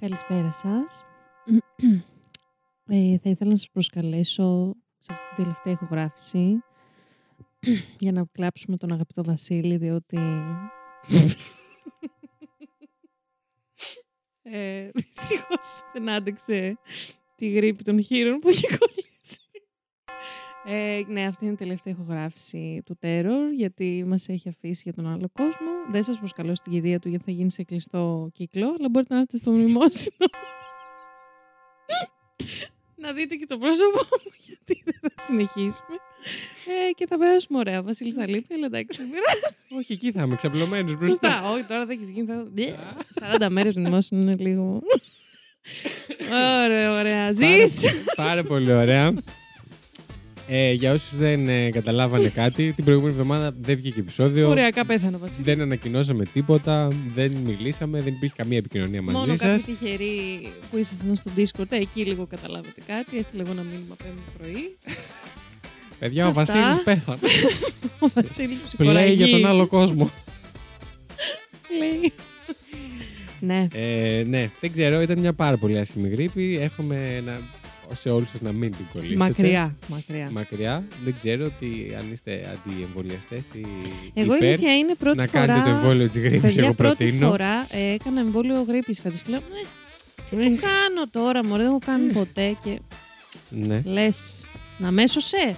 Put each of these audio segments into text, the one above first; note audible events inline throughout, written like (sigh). Καλησπέρα (clears throat) σας. Ε, θα ήθελα να σας προσκαλέσω σε αυτή την τελευταία ηχογράφηση (clears throat) για να κλάψουμε τον αγαπητό Βασίλη, διότι... (laughs) ε, δυστυχώς δεν άντεξε τη γρήπη των χείρων που είχε κολλήσει. Ε, ναι, αυτή είναι η τελευταία ηχογράφηση του Terror, γιατί μας έχει αφήσει για τον άλλο κόσμο. Δεν σας προσκαλώ στην κηδεία του, γιατί θα γίνει σε κλειστό κύκλο, αλλά μπορείτε να έρθετε στο μνημόσυνο. να δείτε και το πρόσωπό μου, γιατί δεν θα συνεχίσουμε. Ε, και θα περάσουμε ωραία. Ο Βασίλης θα λείπει, αλλά εντάξει, δεν πειράζει. Όχι, εκεί θα είμαι ξαπλωμένος μπροστά. Σωστά. Όχι, τώρα δεν έχεις γίνει. θα- 40 μέρες μνημόσυνο είναι λίγο... Ωραία, ωραία. Ζεις! Πάρα πολύ ωραία. Ε, για όσους δεν ε, καταλάβανε κάτι, την προηγούμενη εβδομάδα δεν βγήκε επεισόδιο. Οριακά πέθανε ο Βασίλης. Δεν ανακοινώσαμε τίποτα, δεν μιλήσαμε, δεν υπήρχε καμία επικοινωνία μαζί Μόνο σας. κάποιοι τυχεροί που ήσασταν στο Discord, ε, εκεί λίγο καταλάβατε κάτι. Έστειλε εγώ ένα μήνυμα πέμπτη πρωί. Παιδιά, ο Αυτά. Βασίλης πέθανε. Ο Βασίλης Του λέει ψυχολογεί. για τον άλλο κόσμο. Λέει. Ναι. Ε, ναι, δεν ξέρω, ήταν μια πάρα πολύ άσχημη γρήπη. Εύχομαι να, σε όλους σας να μην την κολλήσετε. Μακριά, μακριά. Μακριά. Δεν ξέρω ότι αν είστε αντιεμβολιαστές ή. Εγώ η υπέρ, αλήθεια είναι πρώτη να φορά... κάνετε το εμβόλιο της γρήπης, Παιδιά, εγώ πρώτη προτείνω. φορά ε, έκανα εμβόλιο γρήπης φέτος. Και λέω, «Ε, τι το κάνω τώρα, μωρέ, δεν έχω Ε. κάνει ποτέ. Και Ναι. λες, να με έσωσε.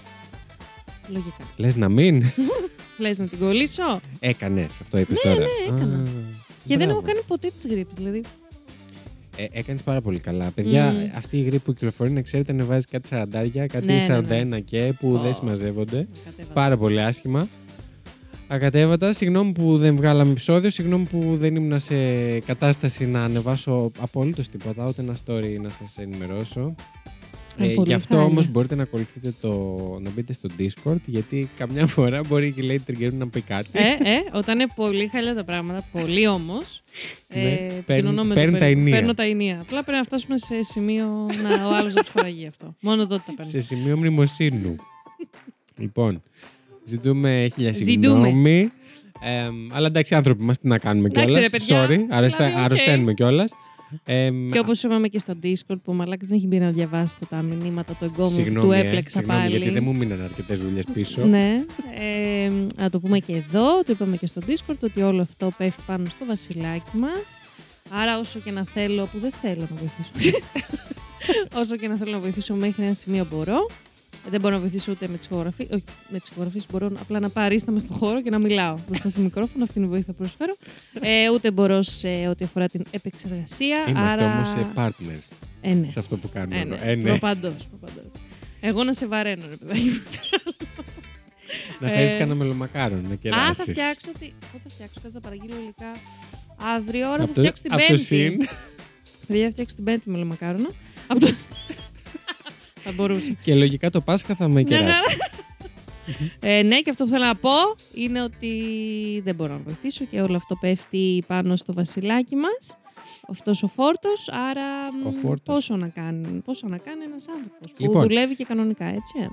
Λογικά. (laughs) Λες να μην. Λες να την κολλήσω. Έκανες αυτό, είπες τώρα. ναι, έκανα. Και δεν έχω κάνει ποτέ τις γρήπης, δηλαδή. Ε, Έκανες πάρα πολύ καλά. Παιδιά, Μμμ. αυτή η γρήπη που κυκλοφορεί, να ξέρετε, ανεβάζει κάτι 40, κάτι Ναι, ναι, ναι. 41 και που Ω. δεν συμμαζεύονται. Κατέβαλα. Πάρα πολύ άσχημα. Ακατέβατα, συγγνώμη που δεν βγάλαμε επεισόδιο, συγγνώμη που δεν ήμουν σε κατάσταση να ανεβάσω απολύτω τίποτα, ούτε ένα story να σας ενημερώσω. Ε, πολύ γι' αυτό χάλια. όμως μπορείτε να ακολουθείτε το. να μπείτε στο Discord, γιατί καμιά φορά μπορεί και λέει Trigger να πει κάτι. ε, ε, όταν είναι πολύ χαλιά τα πράγματα, πολύ όμως. Ναι, ε, παίρν- επικοινωνώ με το παίρνουν τα περι- ενία. Παίρνω τα ενία. Απλά πρέπει να φτάσουμε σε σημείο να ο άλλος να του παραγεί αυτό. Μόνο τότε τα σε παίρνω. σημείο μνημοσύνου. λοιπόν, ζητούμε χίλια Ζητούμε. συγγνώμη. Εμ, αλλά εντάξει, άνθρωποι μας τι να κάνουμε Εντάξει, κιόλα. ρε, παιδιά. Sorry, αρρωστέ- Δηλαδή, οκ. αρρωσταίνουμε κιόλας. Και όπως είπαμε και στο Discord, που ο Μαλάκης δεν έχει μπει να διαβάσει τα μηνύματα του εγκόμου που Συγγνώμη, του ε, έπλεξα συγγνώμη, πάλι. γιατί δεν μου μείναν αρκετές δουλειές πίσω. Ναι. Ε, να το πούμε και εδώ. Το είπαμε και στο Discord ότι όλο αυτό πέφτει πάνω στο βασιλάκι μας. Άρα, όσο και να θέλω, που δεν θέλω να βοηθήσω. όσο και να θέλω να βοηθήσω, μέχρι ένα σημείο μπορώ. Ε, Δεν μπορώ να βοηθήσω ούτε με τις ηχογραφίε. Όχι, με τις ηχογραφίε μπορώ απλά να παρίστα με στον χώρο και να μιλάω μπροστά στο μικρόφωνο. Αυτή είναι η βοήθεια που προσφέρω. Ε, ούτε μπορώ σε ό,τι αφορά την επεξεργασία. Είμαστε άρα... όμως όμω partners Ε, ναι. σε αυτό που κάνουμε Ε, εδώ. ναι. Ε, ναι. Προπαντός, προπαντός. Εγώ να σε βαραίνω, ρε παιδάκι μου. Να φέρεις ε, κανένα μελομακάρον να κεράσει. Α, θα φτιάξω. Τη... Πότε θα φτιάξω, κάτσε να παραγγείλω υλικά. Αύριο ώρα θα Απ' το- φτιάξω την απ' το Πέμπτη. συν. (laughs) Παιδιά, θα φτιάξω την Πέμπτη μελομακάρονα. Απ' το... (laughs) θα μπορούσα. Και λογικά το Πάσχα θα με Ναι, ναι, ναι. κεράσει. Ε, ναι, και αυτό που θέλω να πω είναι ότι δεν μπορώ να βοηθήσω και όλο αυτό πέφτει πάνω στο βασιλάκι μας. Αυτός ο φόρτος, άρα μ, Ο φόρτος. πόσο να κάνει, πόσο να κάνει ένας άνθρωπος που Λοιπόν. δουλεύει και κανονικά, έτσι. ε.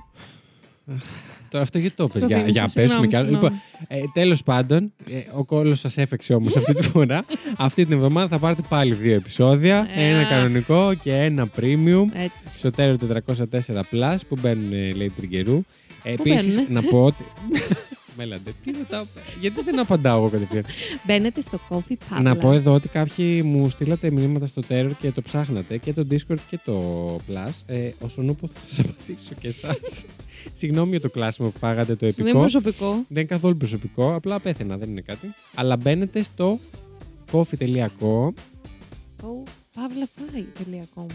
Τώρα αυτό γιατί το Στο πες, για, θύμισα, για πέσουμε συγγνώμη, κι άλλο. συγγνώμη. Λοιπόν, ε, Τέλος πάντων, ε, ο κόλλο σας έφεξε όμως αυτή τη (laughs) φορά. αυτή την εβδομάδα θα πάρετε πάλι δύο επεισόδια. Ε, ένα αχ. κανονικό και ένα premium. (laughs) Έτσι. Στο τέλος 404 Plus που μπαίνουν, ε, λέει τριγκερού. Επίσης, μπαίνουνε? να πω ότι. (laughs) Μέλαντε, τι ρωτάω, γιατί δεν απαντάω εγώ κατευθείαν. Μπαίνετε στο coffee pub. να πω εδώ ότι κάποιοι μου στείλατε μηνύματα στο Terror και το ψάχνατε και το Discord και το Plus. Ε, όσον όπου θα σας απαντήσω και εσάς. (laughs) Συγγνώμη για το κλάσιμο που φάγατε το Δεν είναι επικό. προσωπικό. Δεν είναι καθόλου προσωπικό, απλά πέθαινα, δεν είναι κάτι. Αλλά μπαίνετε στο coffee.com. Παύλαφράι.com.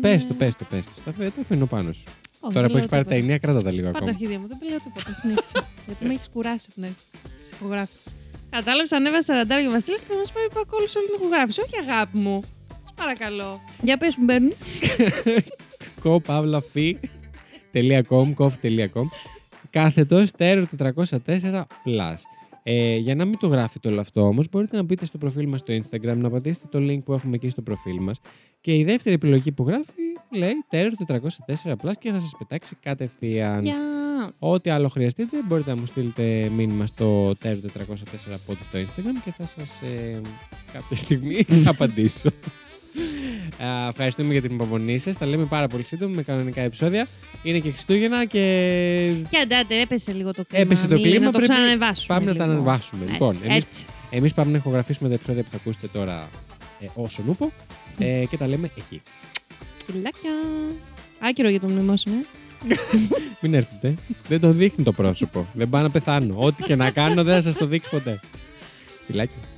Πες το, πες το, πες το. Τα φε- τα αφήνω πάνω σου. Τώρα που έχει πάρει τα ενία, κράτα τα λίγο Πάρε τα ακόμα. αρχίδια μου, δεν λέω τίποτα. (laughs) Συνέχισε. Γιατί με έχεις κουράσει από την αρχή τη ηχογράφηση. Κατάλαβες, ανέβασε σαραντάρι ο Βασίλης και θα μας πάει πακόλου όλη την ηχογράφηση. Όχι, αγάπη μου. Σα παρακαλώ. Για πες που μπαίνουν. κοπαύλαφι.com, coffee.com. Κάθετο Stereo 404 Plus. Ε, για να μην το γράφετε όλο αυτό όμως, μπορείτε να μπείτε στο προφίλ μας στο Instagram, να πατήσετε το link που έχουμε εκεί στο προφίλ μας. Και η δεύτερη επιλογή που γράφει λέει Terror 404 Plus και θα σας πετάξει κατευθείαν. Γεια. Ό,τι άλλο χρειαστείτε μπορείτε να μου στείλετε μήνυμα στο Terror 404 (laughs) pod στο Instagram και θα σας ε, κάποια στιγμή θα απαντήσω. Ε, Ευχαριστούμε για την υπομονή σας. Τα λέμε πάρα πολύ σύντομα με κανονικά επεισόδια. Είναι και Χριστούγεννα και Και αντάτε, έπεσε λίγο το κλίμα. Έπεσε το Μην- κλίμα, Να το πρέπει- ξανανεβάσουμε. Πάμε να τα λίγο. ανεβάσουμε. Έτσι, Λοιπόν, εμείς, έτσι. εμείς πάμε να ηχογραφήσουμε τα επεισόδια που θα ακούσετε τώρα ε, όσο νούπο ε, και τα λέμε εκεί. Φιλάκια. Άκυρο για το μνημόσυνο. ε. Μην έρθετε. δεν το δείχνει το πρόσωπο. δεν πάω να πεθάνω. Ό,τι και να κάνω δεν θα σας το δείξω ποτέ. Φιλάκια.